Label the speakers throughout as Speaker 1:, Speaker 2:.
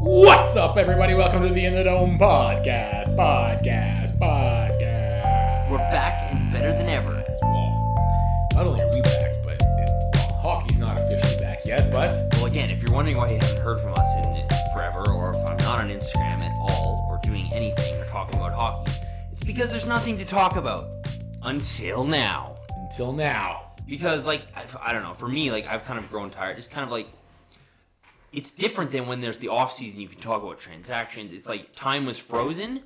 Speaker 1: What's up, everybody? Welcome to the In the Dome podcast. Podcast, podcast.
Speaker 2: We're back and better than ever.
Speaker 1: Well, not only are we back, but it, well, hockey's not officially back yet. But
Speaker 2: Well, again, if you're wondering why you haven't heard from us in forever, or if I'm not on Instagram at all, or doing anything, or talking about hockey, it's because there's nothing to talk about until now.
Speaker 1: until now,
Speaker 2: Because, like, I've, I don't know, for me, like, I've kind of grown tired. It's kind of like it's different than when there's the off season. You can talk about transactions. It's like time was frozen,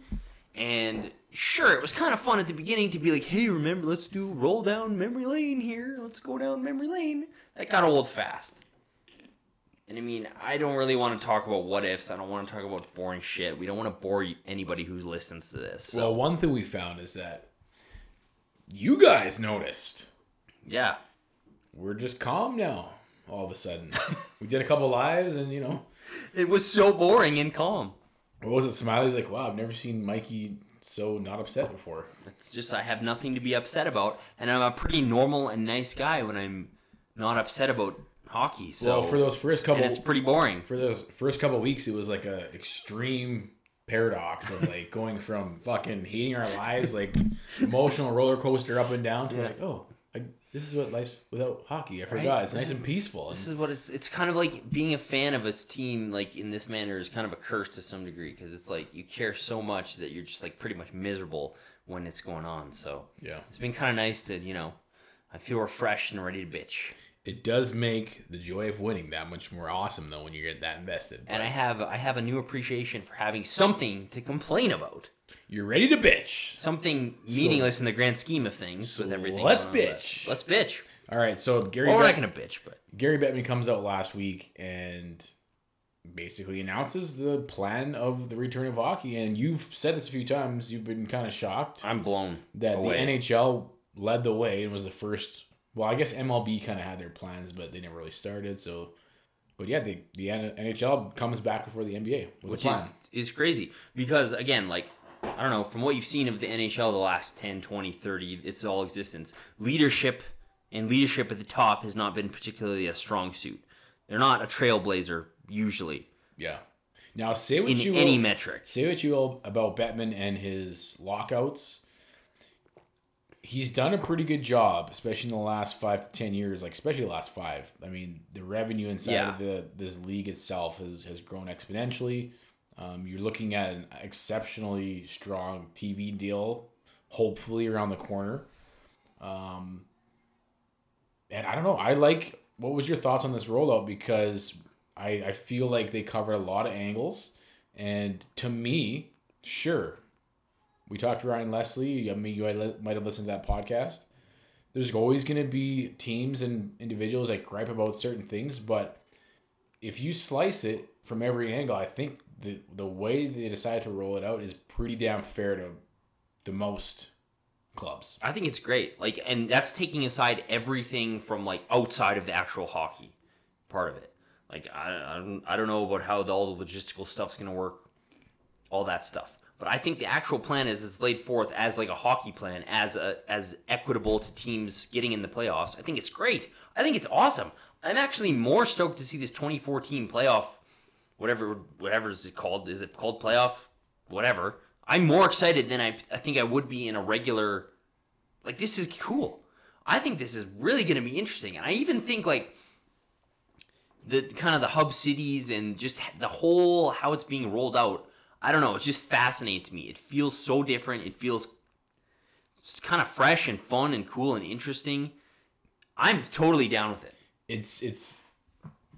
Speaker 2: and sure, it was kind of fun at the beginning to be like, "Hey, remember? Let's do roll down memory lane here. Let's go down memory lane." That got old fast. And I mean, I don't really want to talk about what ifs. I don't want to talk about boring shit. We don't want to bore you- anybody who listens to this. So,
Speaker 1: well, one thing we found is that you guys noticed
Speaker 2: yeah,
Speaker 1: we're just calm now. All of a sudden, we did a couple lives, and you know,
Speaker 2: it was so boring and calm.
Speaker 1: what was it? Smiley's like, "Wow, I've never seen Mikey so not upset before."
Speaker 2: It's just I have nothing to be upset about, and I'm a pretty normal and nice guy when I'm not upset about hockey. So
Speaker 1: well, for those first couple,
Speaker 2: and it's pretty boring.
Speaker 1: for those first couple weeks it was like a extreme paradox of like going from fucking hating our lives like emotional roller coaster up and down to like oh like this is what life's without hockey i forgot
Speaker 2: Right.
Speaker 1: it's
Speaker 2: This
Speaker 1: nice and peaceful and
Speaker 2: This is what it's. It's kind of like being a fan of a team, like in this manner, is kind of a curse to some degree because it's like you care so much that you're just like pretty much miserable when it's going on. So
Speaker 1: yeah
Speaker 2: it's been kind of nice to you know, I feel refreshed and ready to bitch.
Speaker 1: it does make the joy of winning that much more awesome though when you get that invested
Speaker 2: And I have I have a new appreciation for having something to complain about.
Speaker 1: you're ready to bitch
Speaker 2: something meaningless in the grand scheme of things with everything.
Speaker 1: let's
Speaker 2: going on, but
Speaker 1: bitch.
Speaker 2: Let's bitch.
Speaker 1: all right so gary
Speaker 2: Well, we're
Speaker 1: Bet-
Speaker 2: not gonna bitch, but
Speaker 1: Gary Bettman comes out last week and basically announces the plan of the return of hockey. And you've said this a few times. You've been kind of shocked
Speaker 2: I'm blown.
Speaker 1: that
Speaker 2: away.
Speaker 1: the NHL led the way and was the first. Well, I guess MLB kind of had their plans, but they never really started. So, but yeah, the the N- NHL comes back before the NBA, with
Speaker 2: which
Speaker 1: a plan.
Speaker 2: is is crazy because again, like I don't know, from what you've seen of the NHL the last 10, 20, 30, it's all existence. Leadership and leadership at the top has not been particularly a strong suit. They're not a trailblazer usually
Speaker 1: yeah. Now say what
Speaker 2: in
Speaker 1: you
Speaker 2: any
Speaker 1: will,
Speaker 2: metric.
Speaker 1: Say what you will about Bettman and his lockouts. He's done a pretty good job, especially in the last five to ten years, like especially the last five. I mean, the revenue inside
Speaker 2: Yeah.
Speaker 1: of the this league itself has, has grown exponentially. Um, you're looking at an exceptionally strong TV deal, hopefully around the corner. Um, and I don't know. I like. What was your thoughts on this rollout? Because I I feel like they covered a lot of angles, and to me, sure, we talked to Ryan Leslie. I mean, you might- might have listened to that podcast. There's always going to be teams and individuals that gripe about certain things, but if you slice it from every angle, I think the the way they decided to roll it out is pretty damn fair to the most clubs.
Speaker 2: I think it's great. Like, and that's taking aside everything from like outside of the actual hockey part of it. Like, I, I don't, I don't know about how the, all the logistical stuff's gonna work, all that stuff. But I think the actual plan is it's laid forth as like a hockey plan, as a as equitable to teams getting in the playoffs. I think it's great. I think it's awesome. I'm actually more stoked to see this 2014 playoff, whatever whatever is it called? Is it called playoff? Whatever. I'm more excited than I, I think I would be in a regular like this is cool. I think this is really going to be interesting, and I even think like the kind of the hub cities and just the whole how it's being rolled out. I don't know. It just fascinates me. It feels so different. It feels kind of fresh and fun and cool and interesting. I'm totally down with it.
Speaker 1: It's it's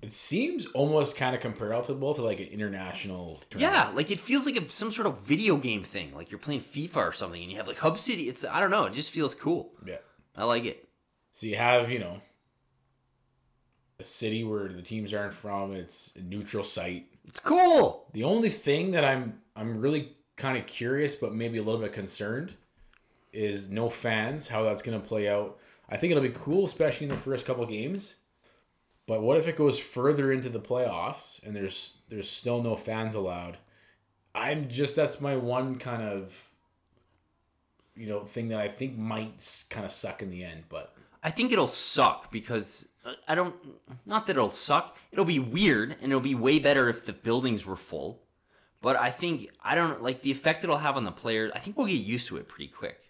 Speaker 1: it seems almost kind of comparable to like an international tournament.
Speaker 2: Yeah, like it feels like a, some sort of video game thing. Like you're playing FIFA or something, and you have like hub city. It's I don't know. It just feels cool.
Speaker 1: Yeah.
Speaker 2: I like it.
Speaker 1: So you have, you know, a city where the teams aren't from, it's a neutral site.
Speaker 2: It's cool.
Speaker 1: The only thing that I'm I'm really kind of curious, but maybe a little bit concerned, is no fans. How that's gonna play out. I think it'll be cool, especially in the first couple games. But what if it goes further into the playoffs and there's there's still no fans allowed? I'm just that's my one kind of you know thing that I think might kind of suck in the end. But
Speaker 2: I think it'll suck because uh, I don't. Not that it'll suck. It'll be weird, and it'll be way better if the buildings were full. But I think I don't like the effect it'll have on the players. I think we'll get used to it pretty quick,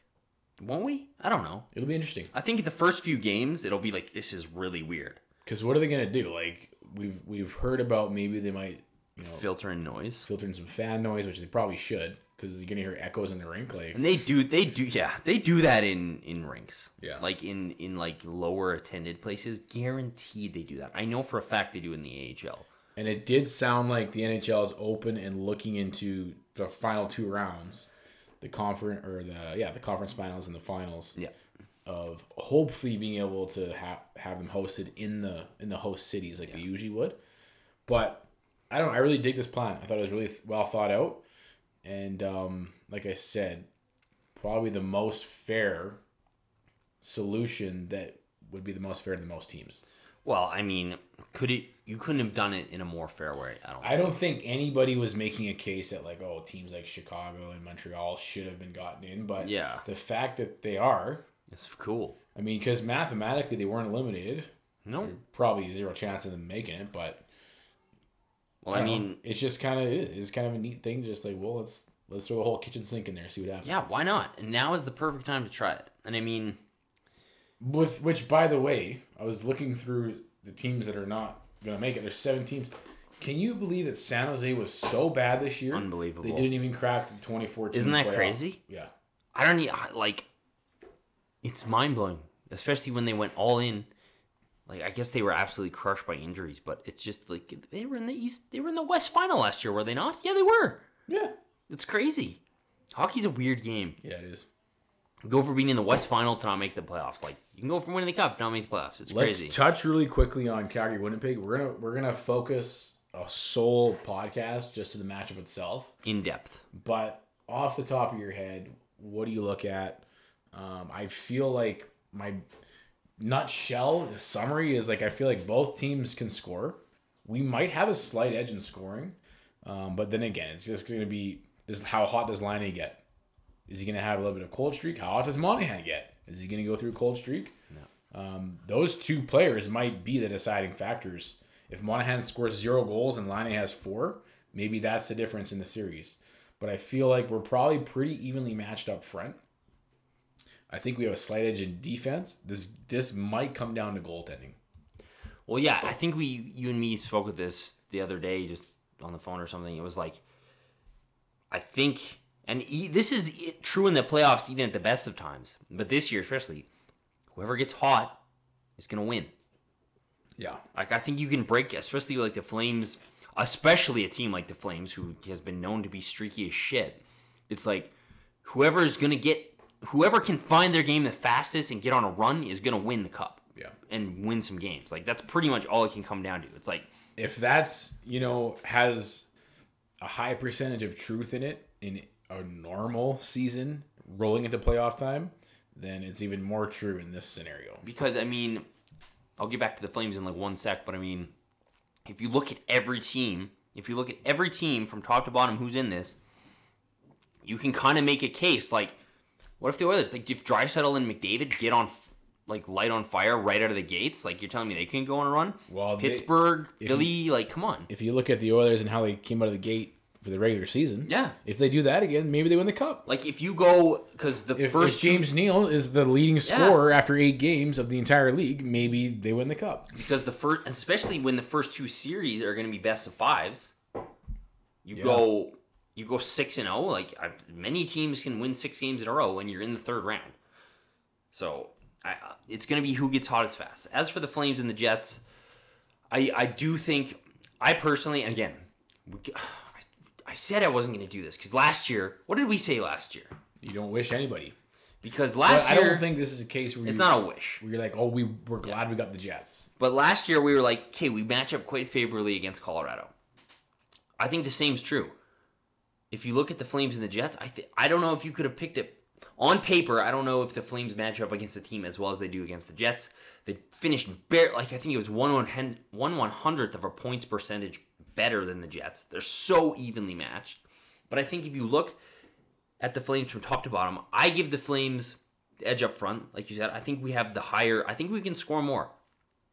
Speaker 2: won't we? I don't know.
Speaker 1: It'll be interesting.
Speaker 2: I think the first few games it'll be like this is really weird.
Speaker 1: Because what are they gonna do? Like we've we've heard about maybe they might you know
Speaker 2: Filter and noise.
Speaker 1: filter in some fan noise, which they probably should, because you're gonna hear echoes in the rink. Like
Speaker 2: And they do, they do, yeah, they do that in in rinks.
Speaker 1: Yeah.
Speaker 2: like in in like lower attended places, guaranteed they do that. I know for a fact they do in the AHL.
Speaker 1: And it did sound like the NHL is open and looking into the final two rounds, the conference or the yeah the conference finals and the finals
Speaker 2: Yeah,
Speaker 1: of hopefully being able to have have them hosted in the in the host cities like they usually would. But I don't. know, I really dig this plan. I thought it was really th- well thought out, and um, like I said, probably the most fair solution that would be the most fair to the most teams.
Speaker 2: well, I mean, could it? You couldn't have done it in a more fair way. I don't.
Speaker 1: I don't think anybody was making a case that like oh teams like Chicago and Montreal should have been gotten in, but
Speaker 2: Yeah.
Speaker 1: the fact that they are,
Speaker 2: it's cool.
Speaker 1: I mean, because mathematically they weren't eliminated,
Speaker 2: No,
Speaker 1: probably zero chance of them making it. But
Speaker 2: well, I
Speaker 1: don't know.
Speaker 2: mean,
Speaker 1: it's just kind of it's kind of a neat thing, to just like well let's let's throw the whole kitchen sink in there, see what happens.
Speaker 2: yeah, why not? And now is the perfect time to try it. And I mean,
Speaker 1: With which, by the way, I was looking through the teams that are not gonna make it. There's seven teams. Can you believe that San Jose was so bad this year?
Speaker 2: Unbelievable.
Speaker 1: They didn't even crack the 2014.
Speaker 2: Isn't that
Speaker 1: playoff.
Speaker 2: crazy?
Speaker 1: Yeah.
Speaker 2: I don't e- I- like. It's mind blowing, especially when they went all in. Like I guess they were absolutely crushed by injuries, but it's just like they were in the East, they were in the West final last year, were they not? Yeah, they were.
Speaker 1: Yeah.
Speaker 2: It's crazy. Hockey's a weird game.
Speaker 1: Yeah, it is.
Speaker 2: Go from being in the West final to not make the playoffs. Like you can go from winning the cup to not make the playoffs. It's
Speaker 1: Let's
Speaker 2: crazy.
Speaker 1: touch really quickly on Calgary Winnipeg. We're gonna we're gonna focus a sole podcast just to the matchup itself.
Speaker 2: in depth.
Speaker 1: But off the top of your head, what do you look at? Um, I feel like my nutshell the summary is like I feel like both teams can score. We might have a slight edge in scoring, um, but then again, it's just gonna be this. How hot does Liney get? Is he gonna have a little bit of cold streak? How hot does Monahan get? Is he gonna go through a cold streak? Um, those two players might be the deciding factors. If Monahan scores zero goals and Line has four, maybe that's the difference in the series. But I feel like we're probably pretty evenly matched up front. I think we have a slight edge in defense. This this might come down to goaltending.
Speaker 2: Well, yeah, I think we, you and me, spoke with this the other day, just on the phone or something. It was like, I think, and e- this is i- true in the playoffs, even at the best of times, but this year especially, whoever gets hot is gonna win.
Speaker 1: Yeah.
Speaker 2: Like I think you can break, especially like the Flames, especially a team like the Flames, who has been known to be streaky as shit. It's like whoever is gonna get, whoever can find their game the fastest and get on a run is gonna win the cup
Speaker 1: Yeah.
Speaker 2: and win some games. Like that's pretty much all it can come down to. It's like
Speaker 1: If that's, you know, has a high percentage of truth in it in a normal season rolling into playoff time, then it's even more true in this scenario.
Speaker 2: because I mean, I'll get back to the Flames in like one sec, but I mean, if you look at every team, if you look at every team from top to bottom who's in this, you can kind of make a case like, what if the Oilers like if Drysaddle and McDavid get on f- like light on fire right out of the gates, like you're telling me they can go on a run?
Speaker 1: Well, they-
Speaker 2: Pittsburgh, Philly, like come on,
Speaker 1: if you look at the Oilers and how they came out of the gate for the regular season,
Speaker 2: Yeah.
Speaker 1: if they do that again, maybe they win the cup.
Speaker 2: like if you go because the
Speaker 1: If,
Speaker 2: first
Speaker 1: if
Speaker 2: two-
Speaker 1: James Neal is the leading scorer after eight games of the entire league, maybe they win the cup.
Speaker 2: because the first, especially when the first two series are going to be best of fives, you go you go six and zero. Like I, many teams can win six games in a row, and you're in the third round. So I, uh, it's going to be who gets hot as fast. As for the Flames and the Jets, I I do think I personally, and again, we, g- I, I said I wasn't going to do this because last year, what did we say last year?
Speaker 1: You don't wish anybody.
Speaker 2: Because
Speaker 1: But
Speaker 2: last
Speaker 1: I
Speaker 2: year,
Speaker 1: don't think this is a case where
Speaker 2: it's
Speaker 1: you,
Speaker 2: not a wish.
Speaker 1: where you're like, oh, we we're glad we got the Jets.
Speaker 2: But last year we were like, okay, we match up quite favorably against Colorado. I think the same's true. If you look at the Flames and the Jets, I th- I don't know if you could have picked it on paper. I don't know if the Flames match up against the team as well as they do against the Jets. They finished bare like I think it was one one hen- one one hundredth of a points percentage better than the Jets. They're so evenly matched. But I think if you look at the Flames from top to bottom, I give the Flames the edge up front, like you said. I think we have the higher. I think we can score more.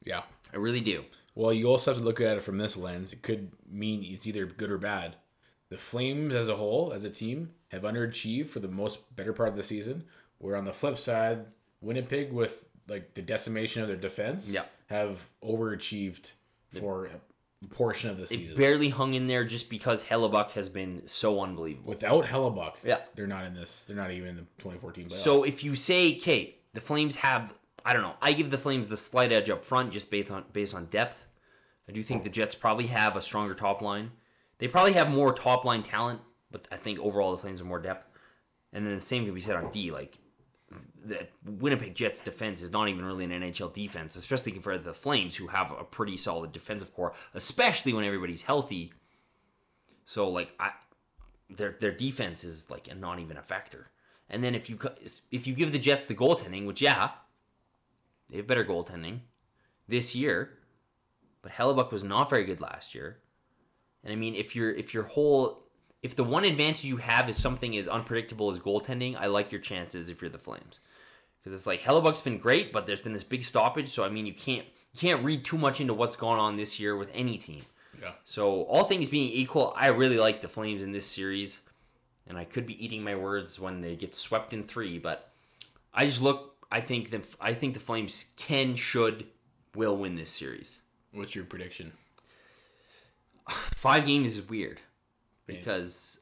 Speaker 1: Yeah.
Speaker 2: I really do.
Speaker 1: Well, you also have to look at it from this lens. It could mean it's either good or bad. The Flames as a whole, as a team, have underachieved for the most better part of the season. Where on the flip side, Winnipeg, with like the decimation of their defense,
Speaker 2: Yeah.
Speaker 1: have overachieved for a portion of the
Speaker 2: They
Speaker 1: season.
Speaker 2: barely hung in there just because Hellebuck has been so unbelievable.
Speaker 1: Without Hellebuck,
Speaker 2: Yeah.
Speaker 1: they're not in this. They're not even in the 2014 playoffs.
Speaker 2: So if you say, "Okay, the Flames have," I don't know. I give the Flames the slight edge up front just based on based on depth. I do think the Jets probably have a stronger top line. They probably have more top line talent, but I think overall the Flames have more depth. And then the same can be said on D. Like the Winnipeg Jets defense is not even really an NHL defense, especially compared to the Flames, who have a pretty solid defensive core, especially when everybody's healthy. So like I, their their defense is like not even a factor. And then if you co- if you give the Jets the goaltending, which yeah, they have better goaltending this year, but Hellebuck was not very good last year. And I mean, if your if your whole if the one advantage you have is something as unpredictable as goaltending, I like your chances if you're the Flames, because it's like Hellebuck's been great, but there's been this big stoppage. So I mean, you can't you can't read too much into what's gone on this year with any team.
Speaker 1: yeah.
Speaker 2: So all things being equal, I really like the Flames in this series, and I could be eating my words when they get swept in three. But I just look. I think the I think the Flames can, should, will win this series.
Speaker 1: What's your prediction?
Speaker 2: Five games is weird because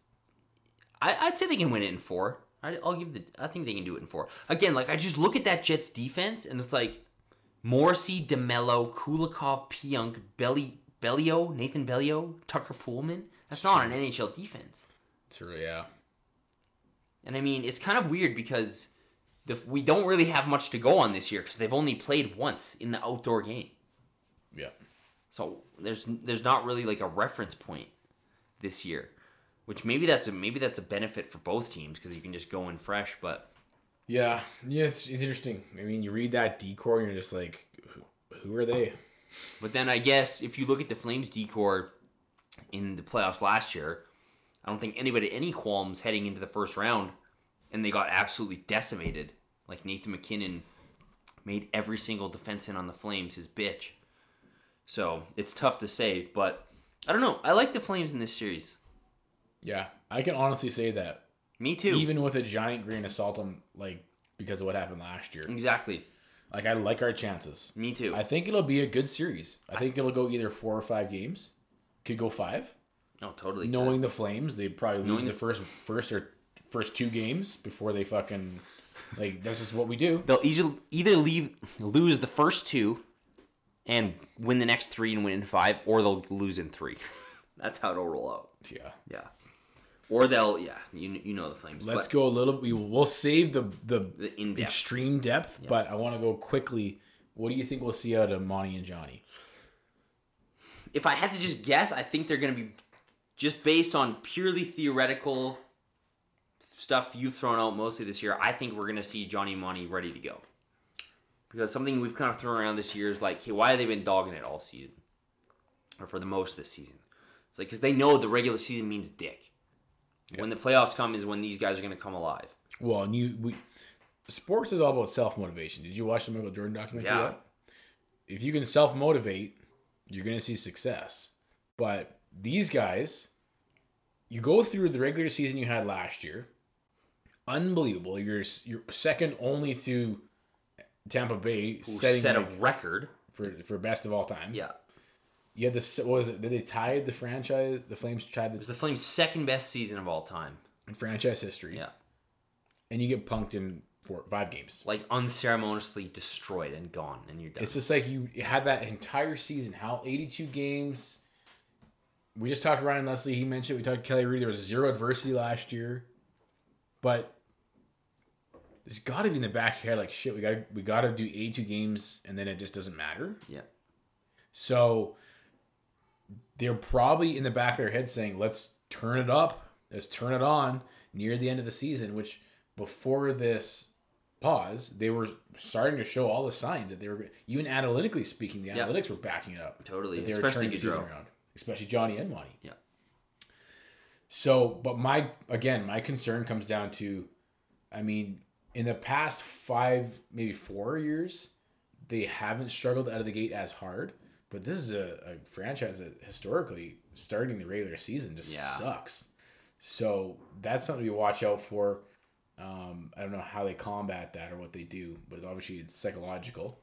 Speaker 2: I, I'd say they can win it in four. I, I'll give the. I think they can do it in four. Again, like I just look at that Jets defense, and it's like Morrissey, Demelo, Kulikov, Pionk, Belly, Bellio, Nathan Bellio, Tucker Pullman. That's not an NHL defense.
Speaker 1: It's really, yeah.
Speaker 2: And I mean, it's kind of weird because the, we don't really have much to go on this year because they've only played once in the outdoor game.
Speaker 1: Yeah.
Speaker 2: So there's there's not really like a reference point this year, which maybe that's a maybe that's a benefit for both teams because you can just go in fresh. But
Speaker 1: Yeah. Yeah, it's, it's interesting. I mean, you read that decor and you're just like, who, who are they?
Speaker 2: but then I guess if you look at the Flames decor in the playoffs last year, I don't think anybody had any qualms heading into the first round, and they got absolutely decimated. Like Nathan McKinnon made every single defenseman on the Flames his bitch. So it's tough to say, but I don't know. I like the Flames in this series.
Speaker 1: Yeah. I can honestly say that.
Speaker 2: Me too.
Speaker 1: Even with a giant grain of salt on, like, because of what happened last year.
Speaker 2: exactly.
Speaker 1: Like, I like our chances.
Speaker 2: Me too.
Speaker 1: I think it'll be a good series. I think it'll go either four or five games. Could go five.
Speaker 2: No, totally.
Speaker 1: Knowing the Flames, they probably lose
Speaker 2: Knowing
Speaker 1: the
Speaker 2: the-
Speaker 1: first, first or first two games before they fucking like. This is what we do.
Speaker 2: they'll easily either leave lose the first two and win the next three and win in five, or they'll lose in three. That's how it'll roll out.
Speaker 1: Yeah.
Speaker 2: Yeah. Or they'll yeah, you you know the Flames.
Speaker 1: Let's
Speaker 2: but
Speaker 1: go a little. We will save the the,
Speaker 2: the in depth.
Speaker 1: extreme depth, but I want to go quickly. What do you think we'll see out of Monty and Johnny?
Speaker 2: If I had to just guess, I think they're gonna be just based on purely theoretical stuff you've thrown out mostly this year. I think we're gonna see Johnny Money ready to go. Because something we've kind of thrown around this year is like, hey, why have they been dogging it all season? Or for the most this season? It's like, because they know the regular season means dick. When the playoffs come is when these guys are going to come alive.
Speaker 1: Well, and you we sports is all about self motivation. Did you watch the Michael Jordan documentary?
Speaker 2: Yeah.
Speaker 1: yet? If you can self motivate, you're gonna see success. But these guys, you go through the regular season you had last year, unbelievable. You're s- you're second only to Tampa Bay, setting Mm-hmm.
Speaker 2: Set a
Speaker 1: like,
Speaker 2: record.
Speaker 1: for for best of all time.
Speaker 2: Yeah. It
Speaker 1: You had this. What was it? Did they tie the franchise? The Flames tied the
Speaker 2: was the Flames' second best season of all time.
Speaker 1: in franchise history,
Speaker 2: Yeah.
Speaker 1: and you get punked in four, five games.
Speaker 2: Like unceremoniously destroyed and gone, and you're done.
Speaker 1: It's just like you had that entire season. How eighty-two games. We just talked to Ryan Leslie. He mentioned we talked to Kelly Reed. There was zero adversity last year, but there's got to be in the back of your head like shit. We got to we got to do eighty-two games, and then it just doesn't matter.
Speaker 2: yeah.
Speaker 1: So they're probably in the back of their head saying, let's turn it up, let's turn it on near the end of the season, which before this pause, they were starting to show all the signs that they were, even analytically speaking, the
Speaker 2: Yeah.
Speaker 1: analytics were backing it up.
Speaker 2: Totally,
Speaker 1: That they were
Speaker 2: especially
Speaker 1: turning the season
Speaker 2: Gaudreau.
Speaker 1: around, especially Johnny and Monty.
Speaker 2: Yeah.
Speaker 1: So, but my, again, my concern comes down to, I mean, in the past five, maybe four years, they haven't struggled out of the gate as hard. But this is a, a franchise that historically starting the regular season just
Speaker 2: Yeah.
Speaker 1: sucks. So that's something to watch out for. Um, I don't know how they combat that or what they do, but obviously it's psychological.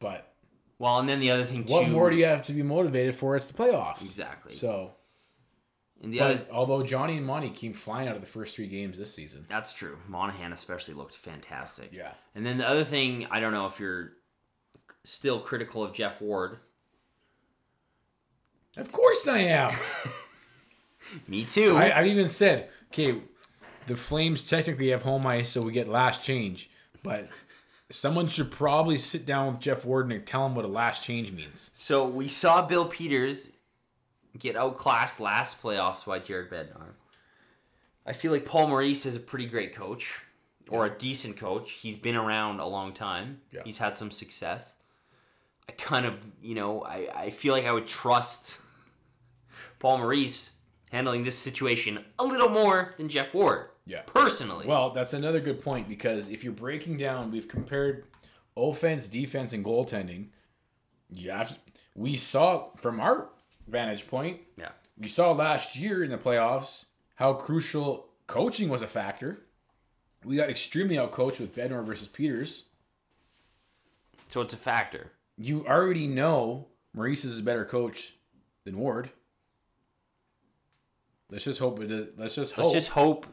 Speaker 1: But
Speaker 2: Well, and then the other thing too.
Speaker 1: what more do you have to be motivated for? It's the playoffs.
Speaker 2: Exactly.
Speaker 1: So,
Speaker 2: and the other,
Speaker 1: but although Johnny and Monty came flying out of the first three games this season.
Speaker 2: that's true. Monahan especially looked fantastic.
Speaker 1: Yeah.
Speaker 2: And then the other thing, I don't know if you're still critical of Jeff Ward.
Speaker 1: Of course I am.
Speaker 2: Me too.
Speaker 1: I, I've even said, okay, the Flames technically have home ice, so we get last change. But someone should probably sit down with Jeff Warden and tell him what a last change means.
Speaker 2: so we saw Bill Peters get outclassed last playoffs by Jared Bednar. I feel like Paul Maurice is a pretty great coach or a decent coach. He's been around a long time.
Speaker 1: Yeah.
Speaker 2: He's had some success. I kind of, you know, I, I feel like I would trust Paul Maurice handling this situation a little more than Jeff Ward.
Speaker 1: Yeah.
Speaker 2: Personally.
Speaker 1: Well, that's another good point because if you're breaking down, we've compared offense, defense, and goaltending. You have to- we saw from our vantage point,
Speaker 2: yeah.
Speaker 1: we saw last year in the playoffs how crucial coaching was a factor. We got extremely outcoached with Bednar versus Peters.
Speaker 2: So it's a factor.
Speaker 1: you already know Maurice is a better coach than Ward. Let's just hope it. Is, let's just hope.
Speaker 2: Let's just hope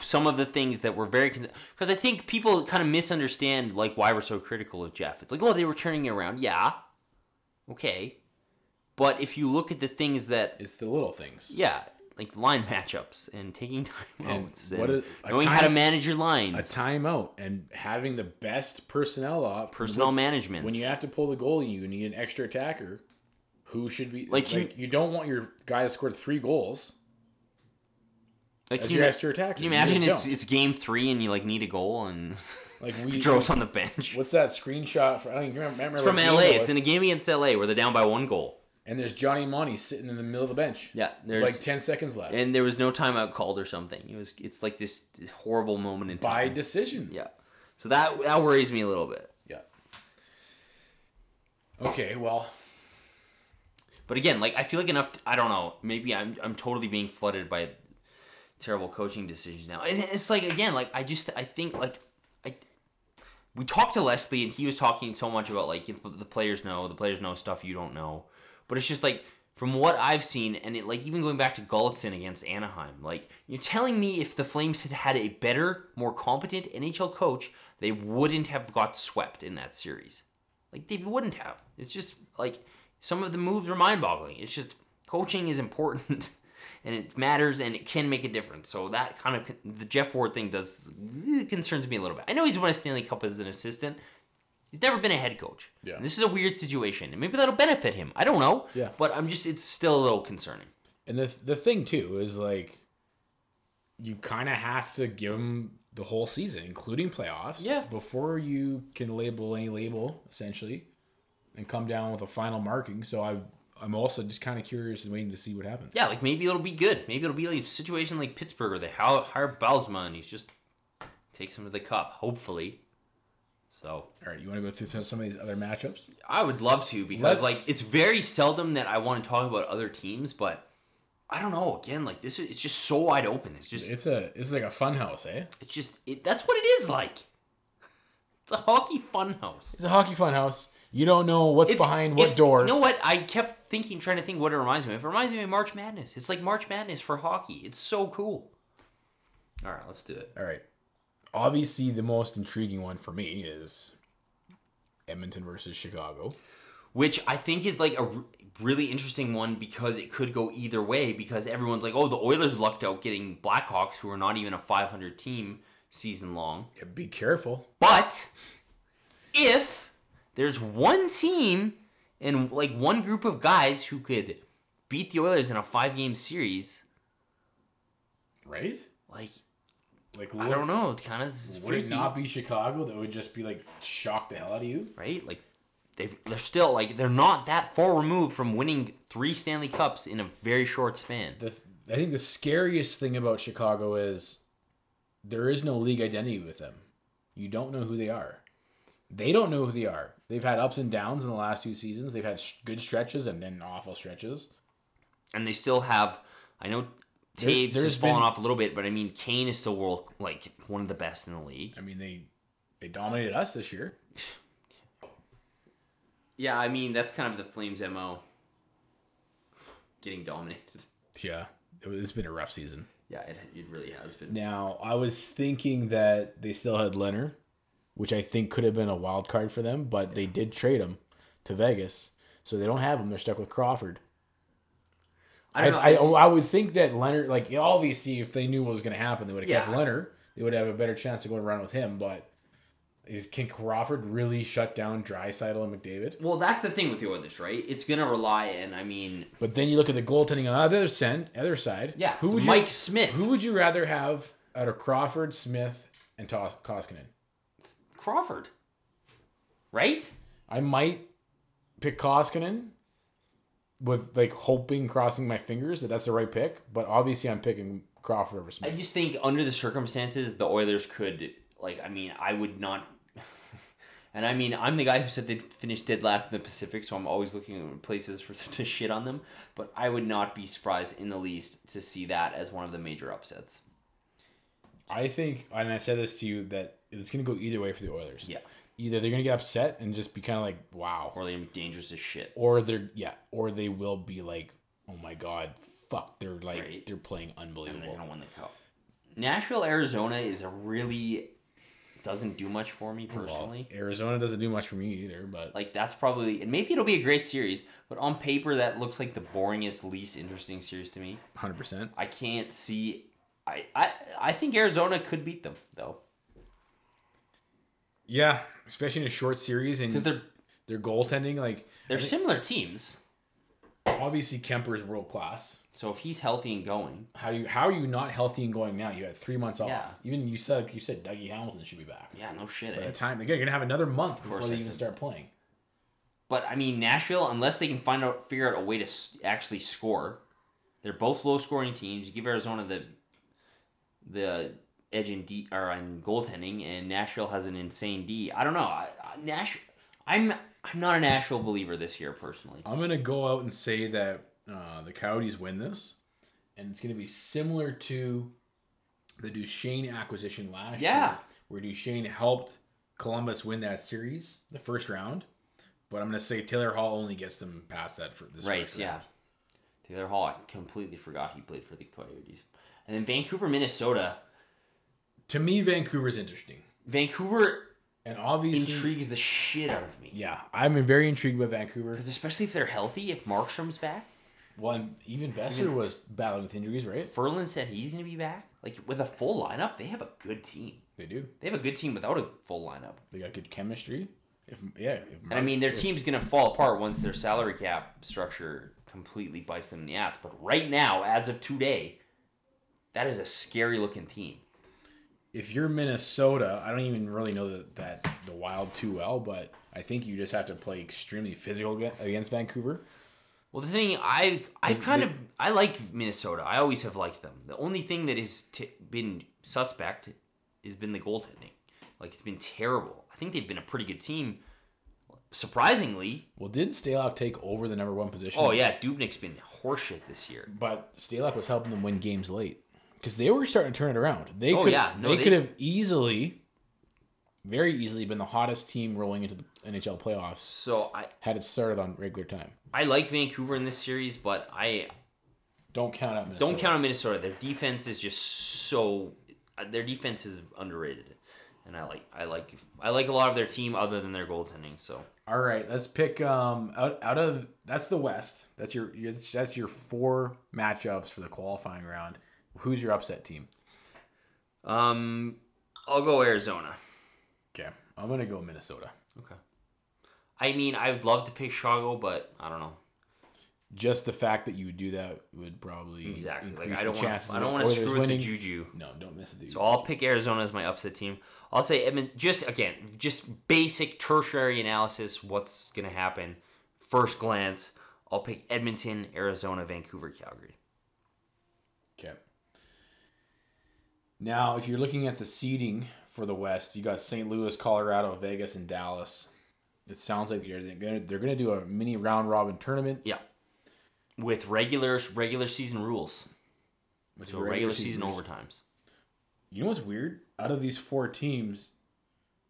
Speaker 2: some of the things that were very because I think people kind of misunderstand like why we're so critical of Jeff. It's like, oh, they were turning it around. Yeah, okay, but if you look at the things that
Speaker 1: it's the little things.
Speaker 2: yeah, like line matchups and taking timeouts and,
Speaker 1: what is- a
Speaker 2: knowing how to
Speaker 1: time-
Speaker 2: manage your lines,
Speaker 1: A timeout and having the best personnel up.
Speaker 2: personnel management.
Speaker 1: When you have to pull the goalie, you need an extra attacker. Who should be
Speaker 2: Like
Speaker 1: like,
Speaker 2: you-
Speaker 1: you? don't want your guy that scored three goals
Speaker 2: like,
Speaker 1: as
Speaker 2: can, you,
Speaker 1: your extra attacker.
Speaker 2: can you imagine
Speaker 1: just
Speaker 2: it's, it's game three and you like need a goal and
Speaker 1: don't. like we.
Speaker 2: Pedro's on the bench.
Speaker 1: What's that screenshot? From, I don't even remember.
Speaker 2: It's from LA. It's in a game against LA where they're down by one goal.
Speaker 1: and there's Johnny Monty sitting in the middle of the bench.
Speaker 2: Yeah,
Speaker 1: There's
Speaker 2: there's
Speaker 1: like ten seconds left.
Speaker 2: and there was no timeout called or something. It was it's like this horrible moment in
Speaker 1: by
Speaker 2: time.
Speaker 1: decision.
Speaker 2: yeah, so that that worries me a little bit.
Speaker 1: Yeah. Okay, well,
Speaker 2: But again, like I feel like enough. I don't know. Maybe I'm I'm totally being flooded by terrible coaching decisions now. And it's like again, like I just I think like I we talked to Leslie and he was talking so much about like if the players know the players know stuff you don't know, but it's just like from what I've seen and it like even going back to Gullitson against Anaheim, like you're telling me if the Flames had had a better, more competent NHL coach, they wouldn't have got swept in that series. Like they wouldn't have. It's just like some of the moves are mind boggling. It's just coaching is important and it matters and it can make a difference. So that kind of the Jeff Ward thing does concerns me a little bit. I know he's won a Stanley Cup as an assistant. He's never been a head coach.
Speaker 1: Yeah.
Speaker 2: And this is a weird situation. And maybe that'll benefit him. I don't know.
Speaker 1: Yeah.
Speaker 2: But I'm just it's still a little concerning.
Speaker 1: and the the thing too is like you kind of have to give them the whole season, including playoffs,
Speaker 2: Yeah.
Speaker 1: before you can label any label essentially, and come down with a final marking. So I I'm also just kind of curious and waiting to see what happens.
Speaker 2: Yeah, like maybe it'll be good. Maybe it'll be like a situation like Pittsburgh where they hire hire Balsma and he's just takes him to the cup, hopefully. So
Speaker 1: All right, you want to go through some of these other matchups?
Speaker 2: I would love to because
Speaker 1: Let's-
Speaker 2: like it's very seldom that I want to talk about other teams, but I don't know. Again, like this is it's just so wide open. It's just
Speaker 1: It's a it's like a fun house, eh?
Speaker 2: it's just it, that's what it is like. It's a hockey funhouse.
Speaker 1: It's a hockey fun house. You don't know what's
Speaker 2: It's
Speaker 1: behind what
Speaker 2: it's-
Speaker 1: door.
Speaker 2: You know what? I kept thinking, trying to think what it reminds me of. It reminds me of March Madness. It's like March Madness for hockey. It's so cool. All right, let's do it.
Speaker 1: All right. Obviously, the most intriguing one for me is Edmonton versus Chicago.
Speaker 2: Which I think is like a r- really interesting one because it could go either way. Because everyone's like, oh, the Oilers lucked out getting Blackhawks, who are not even a 500 team season long.
Speaker 1: Yeah, be careful.
Speaker 2: But if there's one team and like one group of guys who could beat the Oilers in a five game series,
Speaker 1: Right?
Speaker 2: like
Speaker 1: Like,
Speaker 2: I don't know, it kind of
Speaker 1: Would it not be Chicago that would just be like shock the hell out of you?
Speaker 2: right? Like they they're still like they're not that far removed from winning three Stanley Cups in a very short span.
Speaker 1: The I think the scariest thing about Chicago is there is no league identity with them. You don't know who they are. They don't know who they are. They've had ups and downs in the last two seasons. They've had sh- good stretches and then awful stretches.
Speaker 2: and they still have. I know
Speaker 1: There-
Speaker 2: Taves has
Speaker 1: there's
Speaker 2: fallen
Speaker 1: been-
Speaker 2: off a little bit, but I mean Kane is still world like one of the best in the league.
Speaker 1: I mean, they they dominated us this year.
Speaker 2: Yeah, I mean that's kind of the Flames mo. Getting dominated.
Speaker 1: Yeah, it was, it's been a rough season.
Speaker 2: Yeah, it, it really has been.
Speaker 1: Now, I was thinking that they still had Leonard, which I think could have been a wild card for them, but they did trade him to Vegas, so they don't have him. They're stuck with Crawford.
Speaker 2: I
Speaker 1: I,
Speaker 2: don't know.
Speaker 1: I,
Speaker 2: I just-
Speaker 1: I would think that Leonard, like obviously, if they knew what was going to happen, they would have
Speaker 2: Yeah.
Speaker 1: kept Leonard. They would have a better chance to go around with him. But is can Crawford really shut down Drysidle and McDavid?
Speaker 2: well, that's the thing with the Oilers, right? It's gonna rely, and I mean,
Speaker 1: But then you look at the goaltending on the other sen- other side.
Speaker 2: yeah,
Speaker 1: who
Speaker 2: it's
Speaker 1: would
Speaker 2: Mike
Speaker 1: you,
Speaker 2: Smith,
Speaker 1: Who would you rather have out of Crawford, Smith, and Tos- Koskinen?
Speaker 2: Crawford, right?
Speaker 1: I might pick Koskinen with like hoping, crossing my fingers that that's the right pick. But obviously, I'm picking Crawford over
Speaker 2: I
Speaker 1: Smith.
Speaker 2: just think under the circumstances, the Oilers could like. I mean, I would not. And I mean, I'm the guy who said they finished dead last in the Pacific, so I'm always looking at places for to shit on them. But I would not be surprised in the least to see that as one of the major upsets.
Speaker 1: I think, and I said this to you, that it's going to go either way for the Oilers.
Speaker 2: Yeah,
Speaker 1: Either they're going to get upset and just be kind of like, wow.
Speaker 2: or they're gonna be dangerous as shit.
Speaker 1: Or they're, yeah, or they will be like, oh my God, fuck. They're like,
Speaker 2: Right.
Speaker 1: they're playing
Speaker 2: And they're
Speaker 1: unbelievable.
Speaker 2: gonna win the cup. Nashville, Arizona is a really doesn't do much for me
Speaker 1: Well,
Speaker 2: personally.
Speaker 1: Arizona doesn't do much for me either, but
Speaker 2: Like that's probably and maybe it'll be a great series, but on paper that looks like the boringest, least interesting series to me.
Speaker 1: 100%.
Speaker 2: I can't see. I I I think Arizona could beat them though
Speaker 1: Yeah, especially in a short series and
Speaker 2: because they're
Speaker 1: their goaltending. Like,
Speaker 2: they're similar teams.
Speaker 1: obviously, Kemper is world class.
Speaker 2: So if he's healthy and going,
Speaker 1: How do you how are you not healthy and going now? You had three months off.
Speaker 2: Yeah.
Speaker 1: Even you said you said Dougie Hamilton should be back.
Speaker 2: yeah, no shit.
Speaker 1: By
Speaker 2: eh?
Speaker 1: the time again, you're gonna have another month before
Speaker 2: course
Speaker 1: they
Speaker 2: I
Speaker 1: even
Speaker 2: said
Speaker 1: start playing.
Speaker 2: But I mean Nashville, unless they can find out figure out a way to s- actually score, they're both low scoring teams. You give Arizona the the edge in D or in goaltending, and Nashville has an insane D. I don't know. I, I, Nash, I'm I'm not a Nashville believer this year personally.
Speaker 1: I'm gonna go out and say that uh, the Coyotes win this, and it's gonna be similar to the Duchesne acquisition last
Speaker 2: Yeah.
Speaker 1: year, where Duchesne helped Columbus win that series, the first round. But I'm gonna say Taylor Hall only gets them past that for this
Speaker 2: Right,
Speaker 1: first
Speaker 2: yeah.
Speaker 1: round.
Speaker 2: Taylor Hall, I completely forgot he played for the Coyotes. And then Vancouver, Minnesota.
Speaker 1: To me, Vancouver's interesting,
Speaker 2: Vancouver
Speaker 1: and obviously,
Speaker 2: intrigues the shit out of me.
Speaker 1: yeah, I'm very intrigued by Vancouver.
Speaker 2: Because especially if they're healthy, if Markstrom's back,
Speaker 1: One even Besser was battling with injuries, right?
Speaker 2: Ferland said he's going to be back. Like, with a full lineup, they have a good team.
Speaker 1: They do.
Speaker 2: They have a good team without a full lineup.
Speaker 1: They got good chemistry. If yeah, if
Speaker 2: And I mean, their team's going to fall apart once their salary cap structure completely bites them in the ass. But right now, as of today, that is a scary looking team.
Speaker 1: if you're Minnesota, I don't even really know that, that the Wild too well, but I think you just have to play extremely physical aga- against Vancouver.
Speaker 2: Well, the thing I I've kind
Speaker 1: they-
Speaker 2: of I like Minnesota. I always have liked them. The only thing that has t- been suspect has been the goaltending. Like it's been terrible. I think they've been a pretty good team. Surprisingly,
Speaker 1: Well, did Stalock take over the number one position?
Speaker 2: oh yeah, Dubnik's been horseshit this year.
Speaker 1: but Stalock was helping them win games late because they were starting to turn it around. They
Speaker 2: Oh,
Speaker 1: could,
Speaker 2: yeah. No,
Speaker 1: they,
Speaker 2: they-
Speaker 1: could have easily, very easily, been the hottest team rolling into the NHL playoffs
Speaker 2: So I
Speaker 1: had it started on regular time.
Speaker 2: I like Vancouver in this series, but I
Speaker 1: Don't count out Minnesota.
Speaker 2: don't count on Minnesota. Their defense is just so their defense is underrated, and I like I like I like a lot of their team other than their goaltending. So
Speaker 1: All right, let's pick um out out of that's the West. That's your, your that's your four matchups for the qualifying round. Who's your upset team?
Speaker 2: um, I'll go Arizona.
Speaker 1: Okay, I'm gonna go Minnesota
Speaker 2: Okay. I mean, I would love to pick Chicago, but I don't know.
Speaker 1: just the fact that you would do that would probably
Speaker 2: Exactly. Like
Speaker 1: increase
Speaker 2: I don't
Speaker 1: the
Speaker 2: want
Speaker 1: chances
Speaker 2: to. I
Speaker 1: of
Speaker 2: don't want to
Speaker 1: Oilers
Speaker 2: screw with the
Speaker 1: winning.
Speaker 2: juju.
Speaker 1: No, don't miss it.
Speaker 2: So I'll pick Arizona as my upset team. I'll say Edmond. Just again, just basic tertiary analysis. What's gonna happen? First glance. I'll pick Edmonton, Arizona, Vancouver, Calgary.
Speaker 1: Okay. Now, if you're looking at the seeding for the West, you got St. Louis, Colorado, Vegas, and Dallas. It sounds like you're they're gonna they're gonna do a mini round robin tournament.
Speaker 2: Yeah. With regular regular season rules.
Speaker 1: with
Speaker 2: So regular, season,
Speaker 1: rules.
Speaker 2: overtimes.
Speaker 1: You know what's weird? Out of these four teams,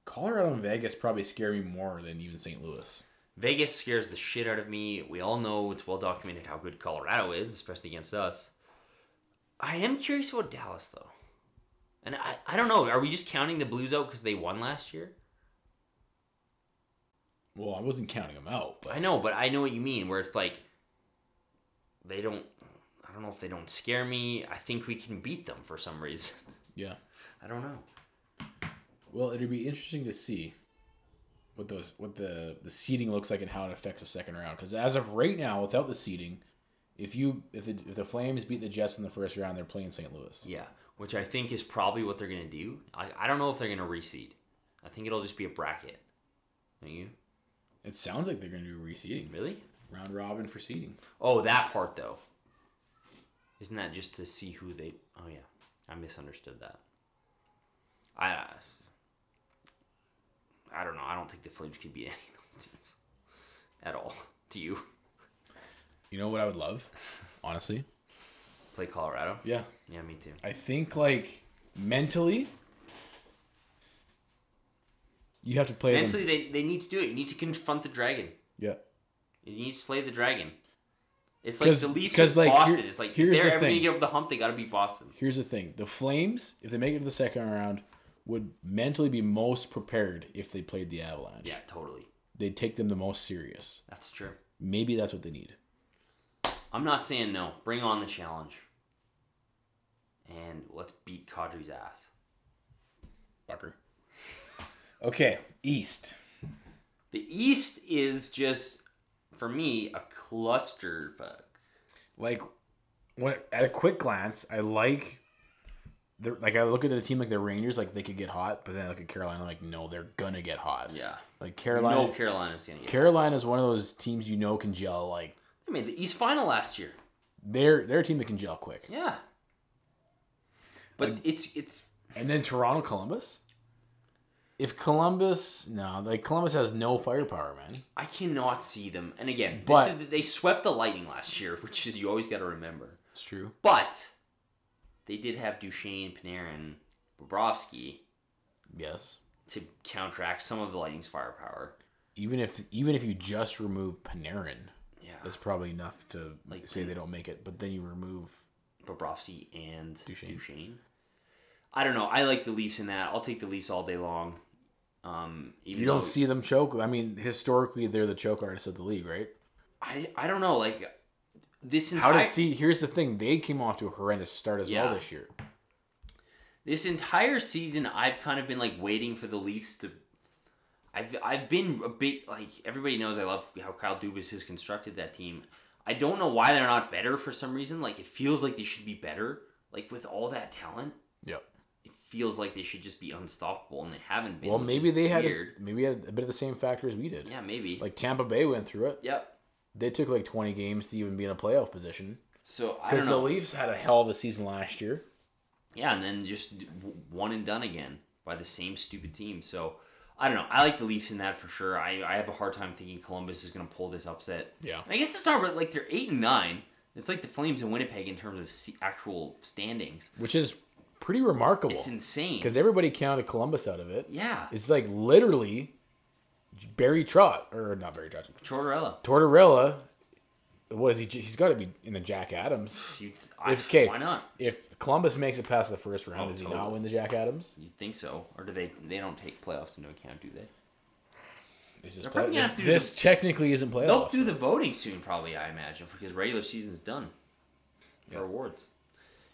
Speaker 1: Colorado and Vegas probably scare me more than even St. Louis.
Speaker 2: Vegas scares the shit out of me. We all know it's well documented how good Colorado is, especially against us. I am curious about Dallas though. And I, I don't know, are we just counting the Blues out because they won last year?
Speaker 1: Well, I wasn't counting them out, but
Speaker 2: I know, but I know what you mean. Where it's like they don't. I don't know if they don't scare me. I think we can beat them for some reason.
Speaker 1: yeah.
Speaker 2: I don't know.
Speaker 1: Well, it'll be interesting to see what those what the the seeding looks like and how it affects the second round. Because as of right now, without the seeding, if you if the if the Flames beat the Jets in the first round, they're playing St. Louis.
Speaker 2: Yeah, which I think is probably what they're gonna do. I, I don't know if they're gonna reseed. I think it'll just be a bracket. Don't you
Speaker 1: It sounds like they're going to do reseeding,
Speaker 2: really?
Speaker 1: round robin for seeding.
Speaker 2: Oh, that part though. Isn't that just to see who they? Oh yeah, I misunderstood that. I. uh, I don't know. I don't think the Flames could beat any of those teams at all. Do you
Speaker 1: You know what I would love, honestly.
Speaker 2: play Colorado?
Speaker 1: Yeah,
Speaker 2: Yeah, me too.
Speaker 1: I think like mentally, you have to play them.
Speaker 2: Eventually, they, they need to do it. You need to confront the dragon.
Speaker 1: Yeah.
Speaker 2: You need to slay the dragon. It's like
Speaker 1: 'Cause-
Speaker 2: the Leafs
Speaker 1: 'cause,
Speaker 2: is
Speaker 1: like, here-
Speaker 2: Boston. it's like if
Speaker 1: here's
Speaker 2: they're
Speaker 1: the
Speaker 2: ever going to
Speaker 1: thing.
Speaker 2: get over the hump, they got to beat Boston.
Speaker 1: Here's the thing: the Flames, if they make it to the second round, would mentally be most prepared if they played the Avalanche.
Speaker 2: Yeah, totally.
Speaker 1: They'd take them the most serious.
Speaker 2: That's true.
Speaker 1: Maybe that's what they need.
Speaker 2: I'm not saying no. Bring on the challenge. And let's beat Kadri's ass.
Speaker 1: Fucker. Okay, East.
Speaker 2: The East is just, for me, a clusterfuck.
Speaker 1: Like, when at a quick glance, I like. The, like I look at a team like the Rangers, like they could get hot, but then I look at Carolina, like no, they're gonna get hot.
Speaker 2: Yeah.
Speaker 1: Like Carolina,
Speaker 2: No Carolina's going to get
Speaker 1: Carolina is one of those teams you know can gel. Like
Speaker 2: I mean, the East final last year.
Speaker 1: they're they're a team that can gel quick.
Speaker 2: Yeah. But it's it's
Speaker 1: And then Toronto, Columbus. If Columbus, no, like Columbus has no firepower, man.
Speaker 2: I cannot see them. And again,
Speaker 1: But-
Speaker 2: this is they swept the Lightning last year, which is you always got to remember.
Speaker 1: It's true.
Speaker 2: But they did have Duchesne, Panarin, Bobrovsky
Speaker 1: Yes.
Speaker 2: to counteract some of the Lightning's firepower.
Speaker 1: Even if even if you just remove Panarin,
Speaker 2: Yeah,
Speaker 1: that's probably enough to
Speaker 2: Like-
Speaker 1: say they don't make it. But then you remove
Speaker 2: Bobrovsky and Duchesne.
Speaker 1: Duchesne.
Speaker 2: I don't know. I like the Leafs in that. I'll take the Leafs all day long. Um, even
Speaker 1: you don't
Speaker 2: though-
Speaker 1: see them choke. I mean, historically they're the choke artists of the league, right?
Speaker 2: I I don't know. Like this entire
Speaker 1: How does see here's the thing, they came off to a horrendous start as
Speaker 2: Yeah.
Speaker 1: well this year.
Speaker 2: this entire season I've kind of been like waiting for the Leafs to I've I've been a bit like everybody knows I love how Kyle Dubas has constructed that team. I don't know why they're not better for some reason. Like it feels like they should be better. Like with all that talent,
Speaker 1: Yep.
Speaker 2: it feels like they should just be unstoppable and they haven't been.
Speaker 1: Well,
Speaker 2: which
Speaker 1: maybe
Speaker 2: is
Speaker 1: they had
Speaker 2: weird.
Speaker 1: maybe had a bit of the same factors we did.
Speaker 2: Yeah, maybe. Like
Speaker 1: Like Tampa Bay went through it.
Speaker 2: Yep.
Speaker 1: They took like 20 games to even be in a playoff position.
Speaker 2: So I
Speaker 1: Because
Speaker 2: don't
Speaker 1: the
Speaker 2: know.
Speaker 1: Leafs had a hell of a season last year.
Speaker 2: yeah, and then just d- w- one and done again by the same stupid team. So I don't know. I like the Leafs in that for sure. I, I have a hard time thinking Columbus is going to pull this upset.
Speaker 1: Yeah.
Speaker 2: And I guess it's not really, like they're eight and nine. It's like the Flames and Winnipeg in terms of se- actual standings.
Speaker 1: Which is pretty remarkable.
Speaker 2: It's insane.
Speaker 1: Because everybody counted Columbus out of it.
Speaker 2: yeah,
Speaker 1: It's like literally Barry Trot, or not Barry Trot,
Speaker 2: Tortorella.
Speaker 1: Tortorella. What is he? He's got to be in the Jack Adams.
Speaker 2: You, I,
Speaker 1: If- 'kay.
Speaker 2: Why not?
Speaker 1: If Columbus makes it past the first round,
Speaker 2: Oh,
Speaker 1: does he
Speaker 2: totally.
Speaker 1: not win the Jack Adams?
Speaker 2: You think so? Or do they? They don't take playoffs into account, do they?
Speaker 1: Is this,
Speaker 2: They're
Speaker 1: play,
Speaker 2: probably gonna
Speaker 1: this,
Speaker 2: have to do
Speaker 1: this technically isn't
Speaker 2: They'll
Speaker 1: playoffs.
Speaker 2: do the voting soon, probably. I imagine because regular season's done for awards.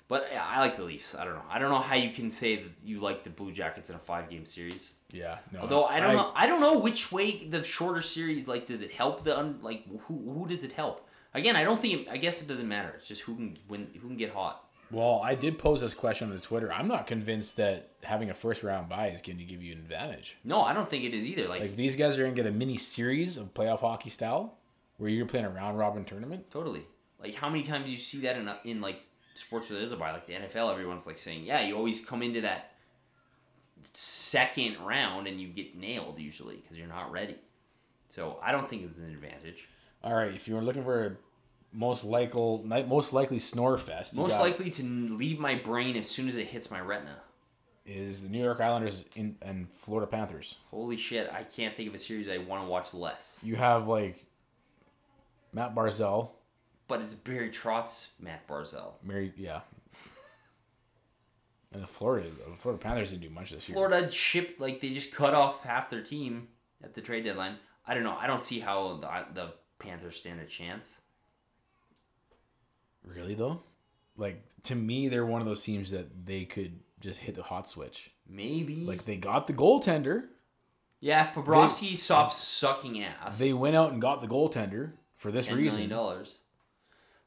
Speaker 2: But yeah, I like the Leafs. I don't know. I don't know how you can say that you like the Blue Jackets in a five-game series.
Speaker 1: yeah. No,
Speaker 2: Although I don't know, I don't know which way the shorter series like does it help the un, like who who does it help? Again, I don't think I guess it doesn't matter. It's just who can win, who can get hot.
Speaker 1: Well, I did pose this question on the Twitter. I'm not convinced that having a first round bye is going to give you an advantage.
Speaker 2: No, I don't think it is either. Like,
Speaker 1: Like these guys are gonna get a mini series of playoff hockey style, where you're playing a round robin tournament.
Speaker 2: totally. Like how many times do you see that in a, in like sports where there is a buy, like the NFL, everyone's like saying, yeah, you always come into that second round and you get nailed usually because you're not ready. So I don't think it's an advantage.
Speaker 1: All right, if you were looking for a most likely night, most likely snore fest, you
Speaker 2: Most
Speaker 1: got
Speaker 2: likely to n- leave my brain as soon as it hits my retina.
Speaker 1: is the New York Islanders in, and Florida Panthers.
Speaker 2: Holy shit, I can't think of a series I want to watch less.
Speaker 1: You have like Matt Barzell,
Speaker 2: But it's Barry Trotz, Matt Barzell.
Speaker 1: married, yeah, and the Florida the Florida Panthers didn't do much this year.
Speaker 2: Florida shipped like they just cut off half their team at the trade deadline. I don't know. I don't see how the, the Panthers stand a chance.
Speaker 1: Really though, like to me, they're one of those teams that they could just hit the hot switch.
Speaker 2: Maybe.
Speaker 1: Like they got the goaltender,
Speaker 2: yeah, if Bobrovsky stops sucking ass,
Speaker 1: they went out and got the goaltender for this
Speaker 2: $10 million
Speaker 1: reason.
Speaker 2: dollars.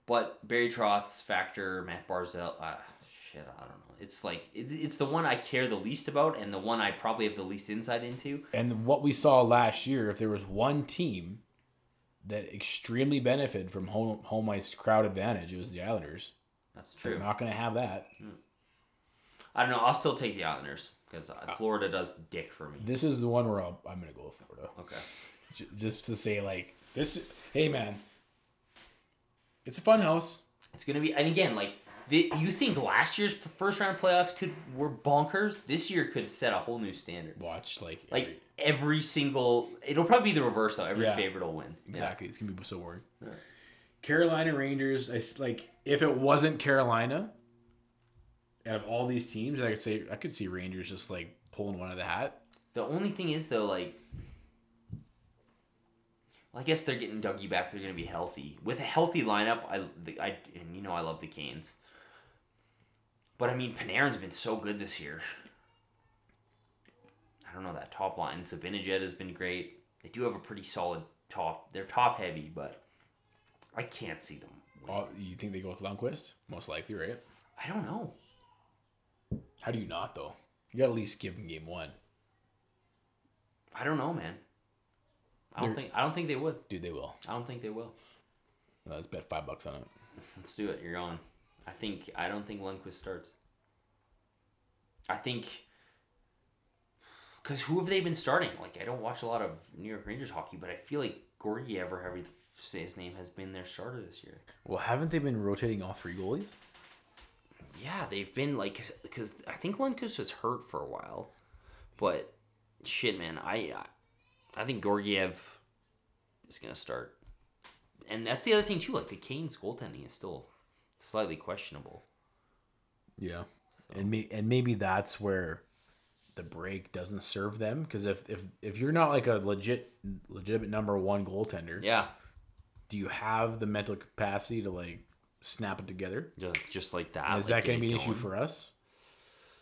Speaker 2: But Barry Trotz, Factor, Matt Barzell, uh, shit, I don't know. It's like it, it's the one I care the least about, and the one I probably have the least insight into.
Speaker 1: And what we saw last year, if there was one team that extremely benefited from home home ice crowd advantage, it was the Islanders.
Speaker 2: That's
Speaker 1: They're
Speaker 2: true.
Speaker 1: not going to have that.
Speaker 2: I don't know. I'll still take the Islanders because
Speaker 1: Uh,
Speaker 2: Florida does dick for me.
Speaker 1: This is the one where I'll, I'm going to go with Florida,
Speaker 2: Okay.
Speaker 1: J- just to say like this. Hey man, it's a fun house.
Speaker 2: It's gonna be, and again, like the, you think last year's p- first round playoffs could were bonkers. This year could set a whole new standard.
Speaker 1: Watch like
Speaker 2: Like every single, it'll probably be the reverse though. Every
Speaker 1: Yeah.
Speaker 2: favorite will win.
Speaker 1: Exactly. It's gonna be so boring. Carolina Rangers. I s- like if it wasn't Carolina. Out of all these teams, I could say I could see Rangers just like pulling one out of the hat.
Speaker 2: The only thing is though, like, well, I guess they're getting Dougie back. They're gonna be healthy with a healthy lineup. I, the, I, and you know, I love the Canes. But I mean, Panarin's been so good this year. I don't know that top line. Sabinajed has been great. They do have a pretty solid top. They're top heavy, but I can't see them. Win.
Speaker 1: All, you think they go with Lundqvist? Most likely, right?
Speaker 2: I don't know.
Speaker 1: How do you not though? You got to at least give them game one,
Speaker 2: I don't know, man. I don't
Speaker 1: They're-
Speaker 2: think. I don't think they would.
Speaker 1: dude. They will.
Speaker 2: I don't think they will.
Speaker 1: No, let's bet five bucks on it.
Speaker 2: Let's do it. You're on. I think I don't think Lundqvist starts. I think because who have they been starting? Like I don't watch a lot of New York Rangers hockey, but I feel like Gorgiev or however you say his name has been their starter this year.
Speaker 1: Well, haven't they been rotating all three goalies?
Speaker 2: Yeah, they've been like because I think Lundqvist was hurt for a while, but shit, man, I I- I think Gorgiev is gonna start, and that's the other thing too. Like the Canes goaltending is still slightly questionable.
Speaker 1: Yeah, and may, and maybe that's where the break doesn't serve them because if, if if you're not like a legit legitimate number one goaltender,
Speaker 2: Yeah,
Speaker 1: do you have the mental capacity to like snap it together?
Speaker 2: just, just like that.
Speaker 1: Is
Speaker 2: like,
Speaker 1: that going to be
Speaker 2: get it
Speaker 1: an issue
Speaker 2: going.
Speaker 1: for us?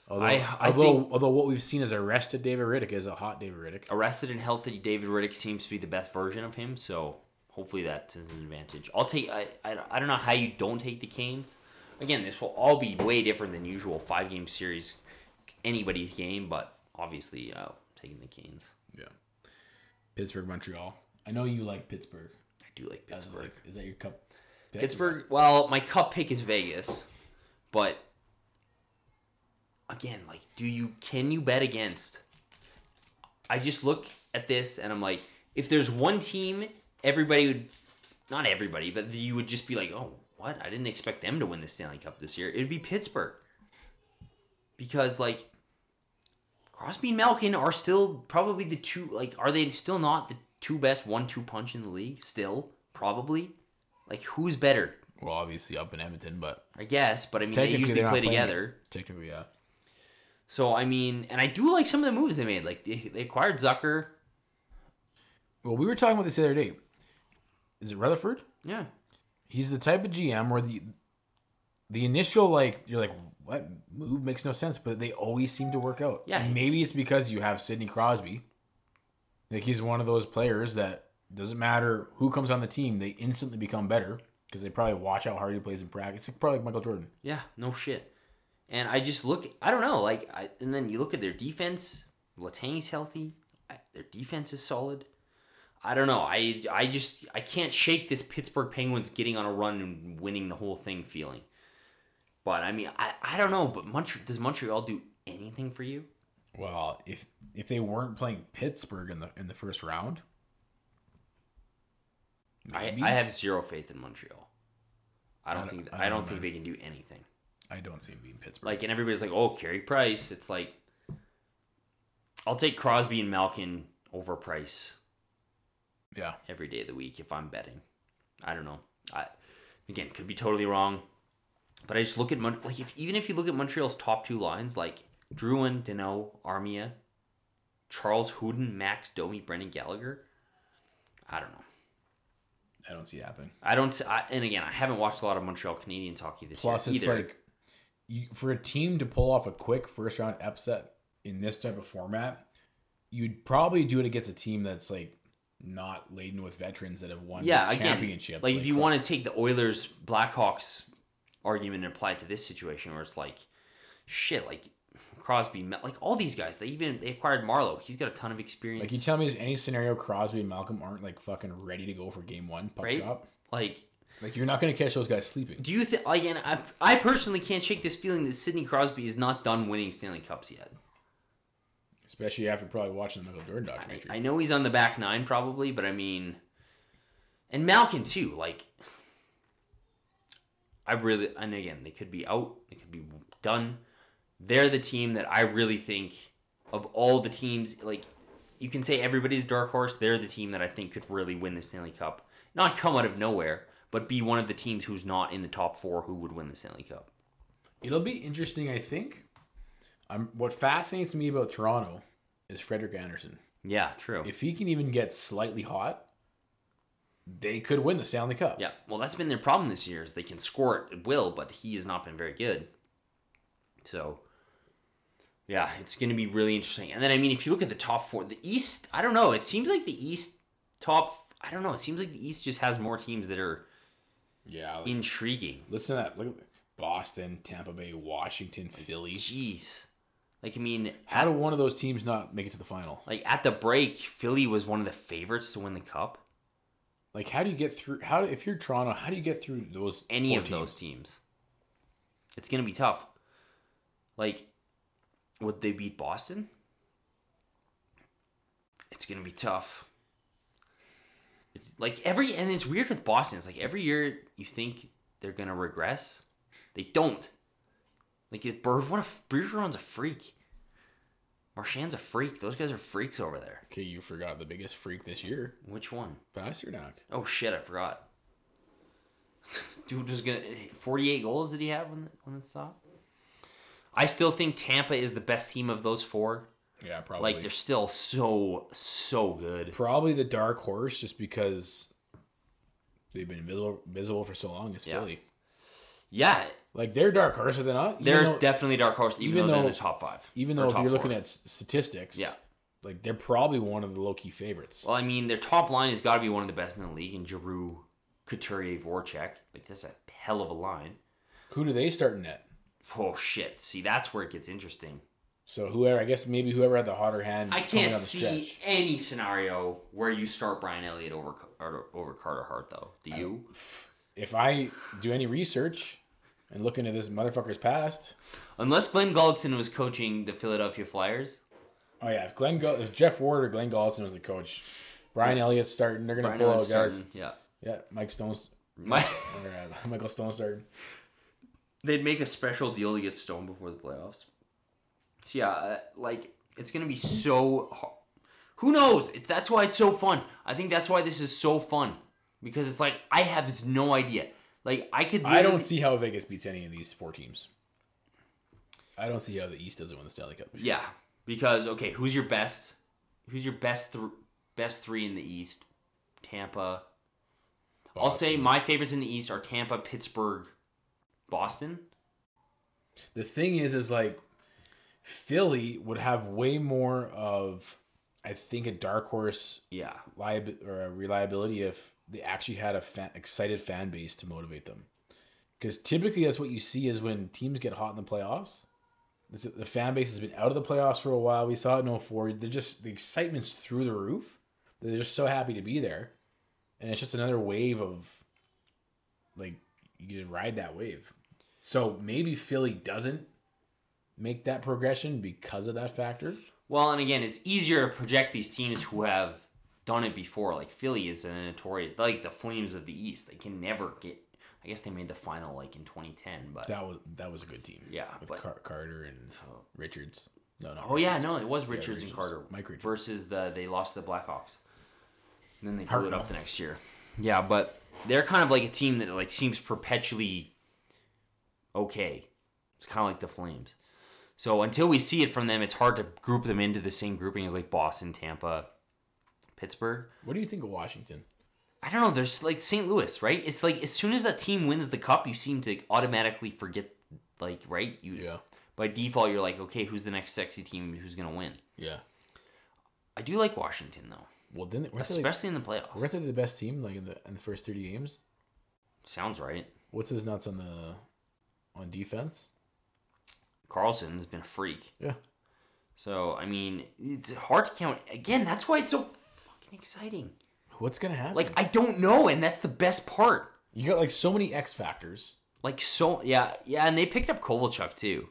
Speaker 1: Although,
Speaker 2: I- I
Speaker 1: although,
Speaker 2: think-
Speaker 1: although what we've seen is arrested David Riddick is a hot David Riddick.
Speaker 2: arrested and healthy? David Riddick seems to be the best version of him, so hopefully that's an advantage. I'll take. I, I, I don't know how you don't take the Canes. Again, this will all be way different than usual five game series, anybody's game, but obviously uh, taking the Canes.
Speaker 1: Yeah. Pittsburgh, Montreal. I know you like Pittsburgh.
Speaker 2: I do like
Speaker 1: That's
Speaker 2: Pittsburgh.
Speaker 1: like- is that your cup? pick?
Speaker 2: Pittsburgh. Well, my cup pick is Vegas, but again, like, do you can you bet against? I just look at this and I'm like, if there's one team, everybody would, not everybody, but you would just be like, oh, what? I didn't expect them to win the Stanley Cup this year. It'd be Pittsburgh, because like. Crosby and Malkin are still probably the two like are they still not the two best one two punch in the league still probably like who's better
Speaker 1: Well, obviously up in Edmonton, but
Speaker 2: I guess, but I mean, they usually
Speaker 1: they're not
Speaker 2: play
Speaker 1: playing
Speaker 2: together.
Speaker 1: it. Technically, yeah.
Speaker 2: So I mean, and I do like some of the moves they made. Like they, they acquired Zucker.
Speaker 1: Well, we were talking about this the other day. Is it Rutherford?
Speaker 2: Yeah,
Speaker 1: He's the type of GM where the the initial like you're like what move makes no sense, but they always seem to work out.
Speaker 2: Yeah.
Speaker 1: And maybe it's because you have Sidney Crosby. Like he's one of those players that doesn't matter who comes on the team, they instantly become better because they probably watch how hard he plays in practice. It's probably like Michael Jordan.
Speaker 2: yeah, no shit. And I just look. I don't know. Like, I, and then you look at their defense. Latang's healthy. I, their defense is solid. I don't know. I I just I can't shake this Pittsburgh Penguins getting on a run and winning the whole thing feeling. But I mean, I, I don't know. But Montreal does Montreal do anything for you?
Speaker 1: Well, if if they weren't playing Pittsburgh in the in the first round,
Speaker 2: I,
Speaker 1: Maybe.
Speaker 2: I have zero faith in Montreal. I don't,
Speaker 1: don't-
Speaker 2: think
Speaker 1: I
Speaker 2: I
Speaker 1: don't
Speaker 2: don't
Speaker 1: know,
Speaker 2: think they can do anything.
Speaker 1: I don't see him beating Pittsburgh.
Speaker 2: Like, and everybody's like, "Oh, Carey Price." It's like, I'll take Crosby and Malkin over Price
Speaker 1: yeah,
Speaker 2: every day of the week if I'm betting. I don't know. I again could be totally wrong, but I just look at Mon- like if even if you look at Montreal's top two lines like Druin, Dano, Armia, Charles Houdin, Max Domi, Brendan Gallagher. I don't know.
Speaker 1: I don't see it happening.
Speaker 2: I don't. s- I, and again, I haven't watched a lot of Montreal Canadiens hockey this
Speaker 1: Plus,
Speaker 2: year
Speaker 1: it's
Speaker 2: either.
Speaker 1: like you, for a team to pull off a quick first round upset in this type of format, you'd probably do it against a team that's like not laden with veterans that have won
Speaker 2: yeah, again,
Speaker 1: championships.
Speaker 2: like if you want to take the Oilers Blackhawks argument and apply it to this situation, where it's like, shit, like Crosby, Ma- like all these guys, they even they acquired Marlowe. He's got a ton of experience.
Speaker 1: like you tell me, there's any scenario Crosby and Malcolm aren't like fucking ready to go for game one puck
Speaker 2: Right?
Speaker 1: drop?
Speaker 2: like,
Speaker 1: Like you're not gonna catch those guys sleeping.
Speaker 2: do you think? Again, I I personally can't shake this feeling that Sidney Crosby is not done winning Stanley Cups yet.
Speaker 1: Especially after probably watching the Michael Jordan
Speaker 2: I,
Speaker 1: documentary.
Speaker 2: I know he's on the back nine probably, but I mean, and Malkin too. Like, I really and again they could be out, they could be done. They're the team that I really think of all the teams. Like, you can say everybody's dark horse. They're the team that I think could really win the Stanley Cup, not come out of nowhere, but be one of the teams who's not in the top four who would win the Stanley Cup.
Speaker 1: It'll be interesting, I think. I'm what fascinates me about Toronto is Frederick Anderson.
Speaker 2: Yeah, true.
Speaker 1: If he can even get slightly hot, they could win the Stanley Cup.
Speaker 2: Yeah, well, that's been their problem this year is they can score at will, but he has not been very good. So, yeah, it's going to be really interesting. And then, I mean, if you look at the top four, the East, I don't know. It seems like the East top, I don't know. It seems like the East just has more teams that are
Speaker 1: Yeah. like-
Speaker 2: intriguing.
Speaker 1: listen to that. Look at Boston, Tampa Bay, Washington, Philly.
Speaker 2: Jeez, like I mean,
Speaker 1: How did one of those teams not make it to the final?
Speaker 2: like at the break, Philly was one of the favorites to win the cup.
Speaker 1: Like, how do you get through? How do, if you're Toronto, how do you get through those?
Speaker 2: any
Speaker 1: four
Speaker 2: of those teams. It's gonna be tough. Like, would they beat Boston? It's gonna be tough. It's like every and it's weird with Boston. It's like every year you think they're gonna regress, they don't. Like if Berg, what if Bergeron's a freak? Marchand's a freak. Those guys are freaks over there.
Speaker 1: Okay, you forgot the biggest freak this year,
Speaker 2: Which one?
Speaker 1: Pasternak.
Speaker 2: Oh shit, I forgot. Dude was gonna forty-eight goals did he have when when it stopped? I still think Tampa is the best team of those four.
Speaker 1: Yeah, probably.
Speaker 2: Like they're still so so good.
Speaker 1: probably the dark horse, just because they've been invisible, visible for so long. Is
Speaker 2: Yeah.
Speaker 1: Philly
Speaker 2: Yeah,
Speaker 1: like they're dark horse, are they not? Even
Speaker 2: they're
Speaker 1: though-
Speaker 2: definitely dark horse, even,
Speaker 1: even
Speaker 2: though they're in
Speaker 1: though-
Speaker 2: the top five.
Speaker 1: even
Speaker 2: or
Speaker 1: though if
Speaker 2: top
Speaker 1: you're looking
Speaker 2: four.
Speaker 1: at s- statistics,
Speaker 2: Yeah.
Speaker 1: like they're probably one of the low key favorites.
Speaker 2: well, I mean, their top line has got to be one of the best in the league. And Giroux, Couturier, Voracek, like that's a hell of a line.
Speaker 1: Who do they start in net?
Speaker 2: Oh shit! See, that's where it gets interesting.
Speaker 1: So whoever, I guess maybe whoever had the hotter hand.
Speaker 2: I
Speaker 1: coming
Speaker 2: can't
Speaker 1: down the
Speaker 2: see
Speaker 1: stretch.
Speaker 2: any scenario where you start Brian Elliott over Car- over Carter Hart though. Do you?
Speaker 1: If I do any research and look into this motherfucker's past,
Speaker 2: Unless Glenn Gulletson was coaching the Philadelphia Flyers,
Speaker 1: oh yeah, if Glenn, Gull- if Jeff Ward or Glenn Gallson was the coach, Brian Elliott's starting. They're gonna
Speaker 2: Brian
Speaker 1: pull out
Speaker 2: Elliott's
Speaker 1: guys.
Speaker 2: starting. Yeah,
Speaker 1: Yeah, Mike Stone's
Speaker 2: My,
Speaker 1: or uh, Michael Stone starting.
Speaker 2: they'd make a special deal to get Stone before the playoffs. So yeah, uh, like it's gonna be so. Hard. Who knows? It, that's why it's so fun. I think that's why this is so fun because it's like I have no idea. Like I could.
Speaker 1: I don't
Speaker 2: literally-
Speaker 1: see how Vegas beats any of these four teams. I don't see how the East doesn't win the Stanley Cup.
Speaker 2: Yeah, because okay, who's your best? Who's your best th- best three in the East? Tampa. I'll say my favorites in the East are Tampa, Pittsburgh, Boston.
Speaker 1: the thing is is like Philly would have way more of I think a dark horse
Speaker 2: Yeah,
Speaker 1: liab- or a reliability if they actually had a fan- excited fan base to motivate them. Because typically that's what you see is when teams get hot in the playoffs. It's, the fan base has been out of the playoffs for a while. We saw it in 04. They're just the excitement's through the roof. They're just so happy to be there, and it's just another wave of like you just ride that wave. So maybe Philly doesn't make that progression because of that factor.
Speaker 2: Well, and again, it's easier to project these teams who have done it before. Like Philly is a notorious, like the Flames of the East. They can never get. I guess they made the final like in 2010, but
Speaker 1: That was that was a good team.
Speaker 2: Yeah,
Speaker 1: with
Speaker 2: but-
Speaker 1: Car- Carter and Richards. No, no.
Speaker 2: oh yeah, no, it was Richards
Speaker 1: Richards.
Speaker 2: and Carter.
Speaker 1: Mike Richards.
Speaker 2: versus the they lost to the Blackhawks. And then they blew it
Speaker 1: Hartnell.
Speaker 2: up the next year. Yeah, but they're kind of like a team that like seems perpetually okay. It's kind of like the Flames. So until we see it from them, it's hard to group them into the same grouping as like Boston, Tampa, Pittsburgh.
Speaker 1: What do you think of Washington?
Speaker 2: I don't know. There's like St. Louis, right? It's like as soon as a team wins the cup, you seem to automatically forget, like, right? You by default, you're like, okay, who's the next sexy team? Who's gonna win?
Speaker 1: yeah.
Speaker 2: I do like Washington though,
Speaker 1: Well, then weren't they, like,
Speaker 2: especially in the
Speaker 1: weren't
Speaker 2: playoffs.
Speaker 1: they the best team like in the in the first thirty games?
Speaker 2: Sounds right.
Speaker 1: What's his nuts on the on defense?
Speaker 2: Carlson's been a freak.
Speaker 1: Yeah.
Speaker 2: So I mean, it's hard to count. Again, that's why it's so fucking exciting.
Speaker 1: What's gonna happen?
Speaker 2: Like I don't know, and that's the best part.
Speaker 1: you got like so many X factors.
Speaker 2: Like so, yeah, yeah, and they picked up Kovalchuk too.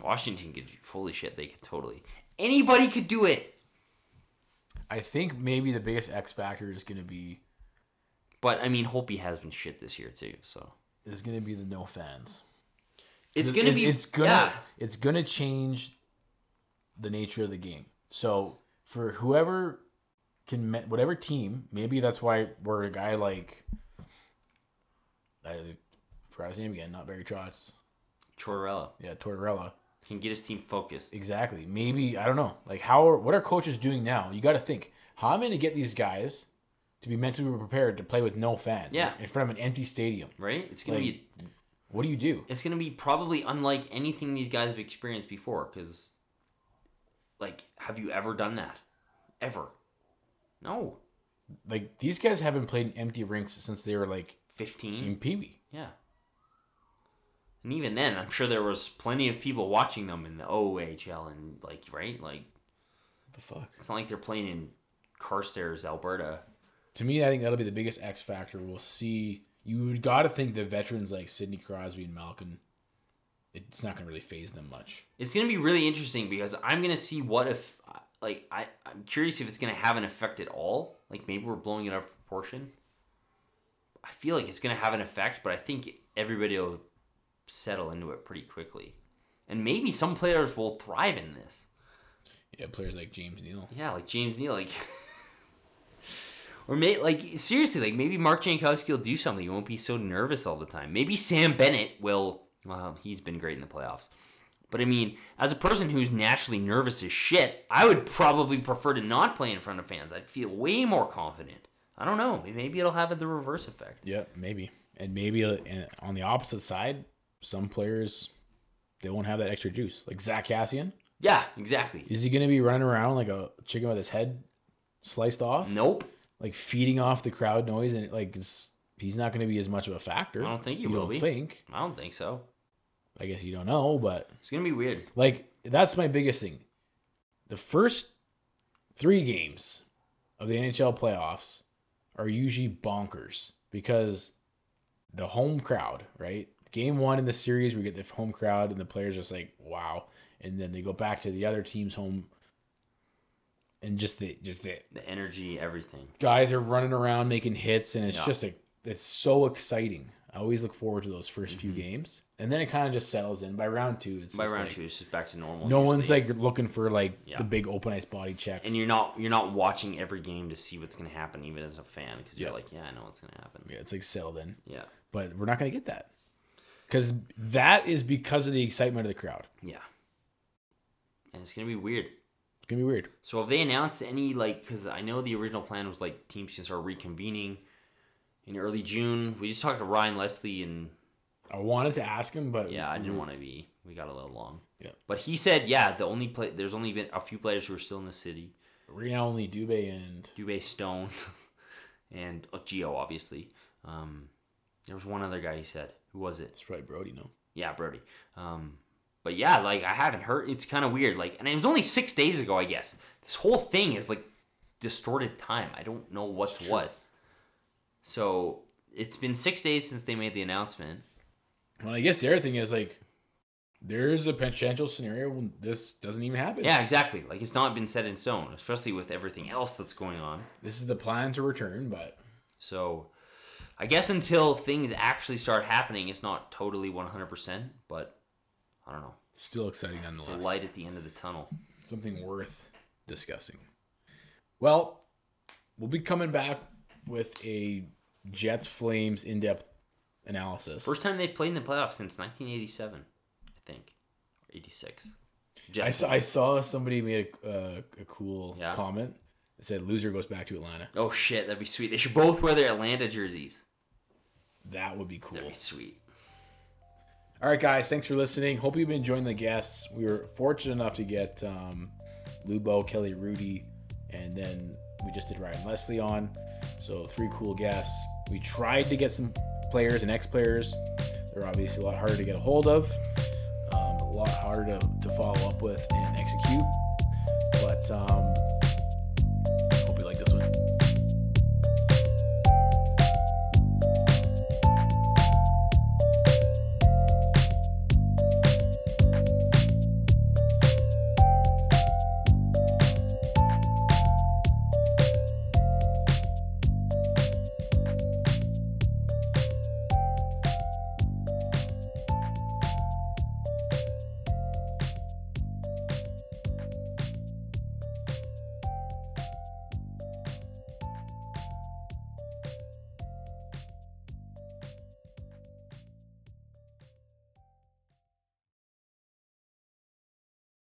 Speaker 2: Washington could holy shit, they could totally. Anybody could do it,
Speaker 1: I think maybe the biggest X factor is gonna be
Speaker 2: but I mean, Holpe has been shit this year too. So
Speaker 1: is gonna be the no fans.
Speaker 2: it's
Speaker 1: It-
Speaker 2: gonna
Speaker 1: it-
Speaker 2: be
Speaker 1: it's gonna
Speaker 2: yeah.
Speaker 1: it's gonna change the nature of the game. So for whoever can ma- whatever team, maybe that's why we're a guy like I forgot his name again, not Barry Trotz.
Speaker 2: Tortorella
Speaker 1: Yeah, Tortorella.
Speaker 2: can get his team focused.
Speaker 1: Exactly. Maybe I don't know. Like how are what are coaches doing now? You got to think how am I going to get these guys to be mentally prepared to play with no fans?
Speaker 2: Yeah.
Speaker 1: in front of an empty stadium.
Speaker 2: Right? It's gonna
Speaker 1: Like-
Speaker 2: be
Speaker 1: What do you do?
Speaker 2: it's gonna be probably unlike anything these guys have experienced before. Because, like, have you ever done that? Ever? No.
Speaker 1: Like these guys haven't played in empty rinks since they were like
Speaker 2: Fifteen.
Speaker 1: in Pee Wee.
Speaker 2: Yeah. And even then, I'm sure there was plenty of people watching them in the OHL and like right, like
Speaker 1: The fuck.
Speaker 2: it's not like they're playing in Carstairs, Alberta.
Speaker 1: To me, I think that'll be the biggest X factor. We'll see. You would got to think the veterans like Sidney Crosby and Malkin. It's not going to really phase them much.
Speaker 2: It's gonna be really interesting because I'm gonna see what if like I I'm curious if it's gonna have an effect at all. Like maybe we're blowing it out of proportion. I feel like it's gonna have an effect, but I think everybody will settle into it pretty quickly, and maybe some players will thrive in this.
Speaker 1: Yeah, players like James Neal.
Speaker 2: Yeah, like James Neal, like, or may like seriously, like maybe Mark Jankowski will do something. He won't be so nervous all the time. Maybe Sam Bennett will. Well, he's been great in the playoffs, but I mean, as a person who's naturally nervous as shit, I would probably prefer to not play in front of fans. I'd feel way more confident. I don't know. Maybe it'll have the reverse effect.
Speaker 1: Yeah, maybe. And maybe uh, and on the opposite side, some players they won't have that extra juice. Like Zach Cassian,
Speaker 2: Yeah, exactly.
Speaker 1: is he going to be running around like a chicken with his head sliced off,
Speaker 2: Nope.
Speaker 1: like feeding off the crowd noise? And like it's, he's not going to be as much of a factor.
Speaker 2: I don't think he
Speaker 1: you
Speaker 2: will
Speaker 1: don't
Speaker 2: be.
Speaker 1: think.
Speaker 2: I don't think so.
Speaker 1: I guess you don't know, but
Speaker 2: It's gonna be weird.
Speaker 1: like that's my biggest thing. The first three games of the NHL playoffs are usually bonkers because the home crowd, right? Game one in the series, we get the home crowd and the players just like, wow. And then they go back to the other team's home and just the just the
Speaker 2: The energy, everything.
Speaker 1: guys are running around making hits and it's
Speaker 2: Yeah.
Speaker 1: just a it's so exciting. I always look forward to those 1st few games. And then it kind of just settles in. By round two, it's
Speaker 2: Mm-hmm. By
Speaker 1: just
Speaker 2: round
Speaker 1: like-
Speaker 2: two, it's just back to normal.
Speaker 1: no one's
Speaker 2: usually.
Speaker 1: like looking for like
Speaker 2: Yeah.
Speaker 1: the big open ice body checks.
Speaker 2: and you're not you're not watching every game to see what's going to happen even as a fan because you're
Speaker 1: Yeah.
Speaker 2: like yeah i know what's going to happen
Speaker 1: yeah, it's like settled in,
Speaker 2: yeah
Speaker 1: but we're not gonna get that because that is because of the excitement of the crowd.
Speaker 2: yeah and it's going to be weird
Speaker 1: It's gonna be weird.
Speaker 2: so have they announced any like because i know the original plan was like teams can start reconvening in early june we just talked to ryan leslie and
Speaker 1: I wanted to ask him, but
Speaker 2: yeah i didn't want to be we got a little long
Speaker 1: Mm-hmm. Yeah.
Speaker 2: but he said yeah the only play there's only been a few players who are still in the city
Speaker 1: Right now, only Dubé and
Speaker 2: Dubé Stone and oh, Geo obviously um there was one other guy he said who was it
Speaker 1: it's probably Brody. No,
Speaker 2: Yeah, Brody. Um, but yeah, like I haven't heard. It's kind of weird. Like, and it was only six days ago, I guess. This whole thing is like distorted time. I don't know what's what. So it's been six days since they made the announcement.
Speaker 1: Well, I guess the other thing is like there's a potential scenario when this doesn't even happen.
Speaker 2: Yeah, exactly. Like it's not been set in stone, especially with everything else that's going on.
Speaker 1: This is the plan to return, but
Speaker 2: So I guess until things actually start happening, it's not totally 100%, but I don't know.
Speaker 1: still exciting
Speaker 2: It's a
Speaker 1: nonetheless.
Speaker 2: light at the end of the tunnel.
Speaker 1: Something worth discussing. Well, we'll be coming back with a Jets Flames in depth analysis.
Speaker 2: First time they've played in the playoffs since 1987, I think, or 86.
Speaker 1: I
Speaker 2: Jets.
Speaker 1: saw, I saw somebody made a, uh, a cool
Speaker 2: Yeah.
Speaker 1: comment. It said, "Loser goes back to Atlanta."
Speaker 2: Oh shit, that'd be sweet. They should both wear their Atlanta jerseys.
Speaker 1: That would be cool.
Speaker 2: That'd be sweet.
Speaker 1: All right, guys, thanks for listening. Hope you've been enjoying the guests. We were fortunate enough to get um, Lubo, Kelly, Rudy, and then we just did Ryan Leslie on. So three cool guests. We tried to get some players and ex-players. They're obviously a lot harder to get a hold of, um, a lot harder to, to follow up with and execute. But um,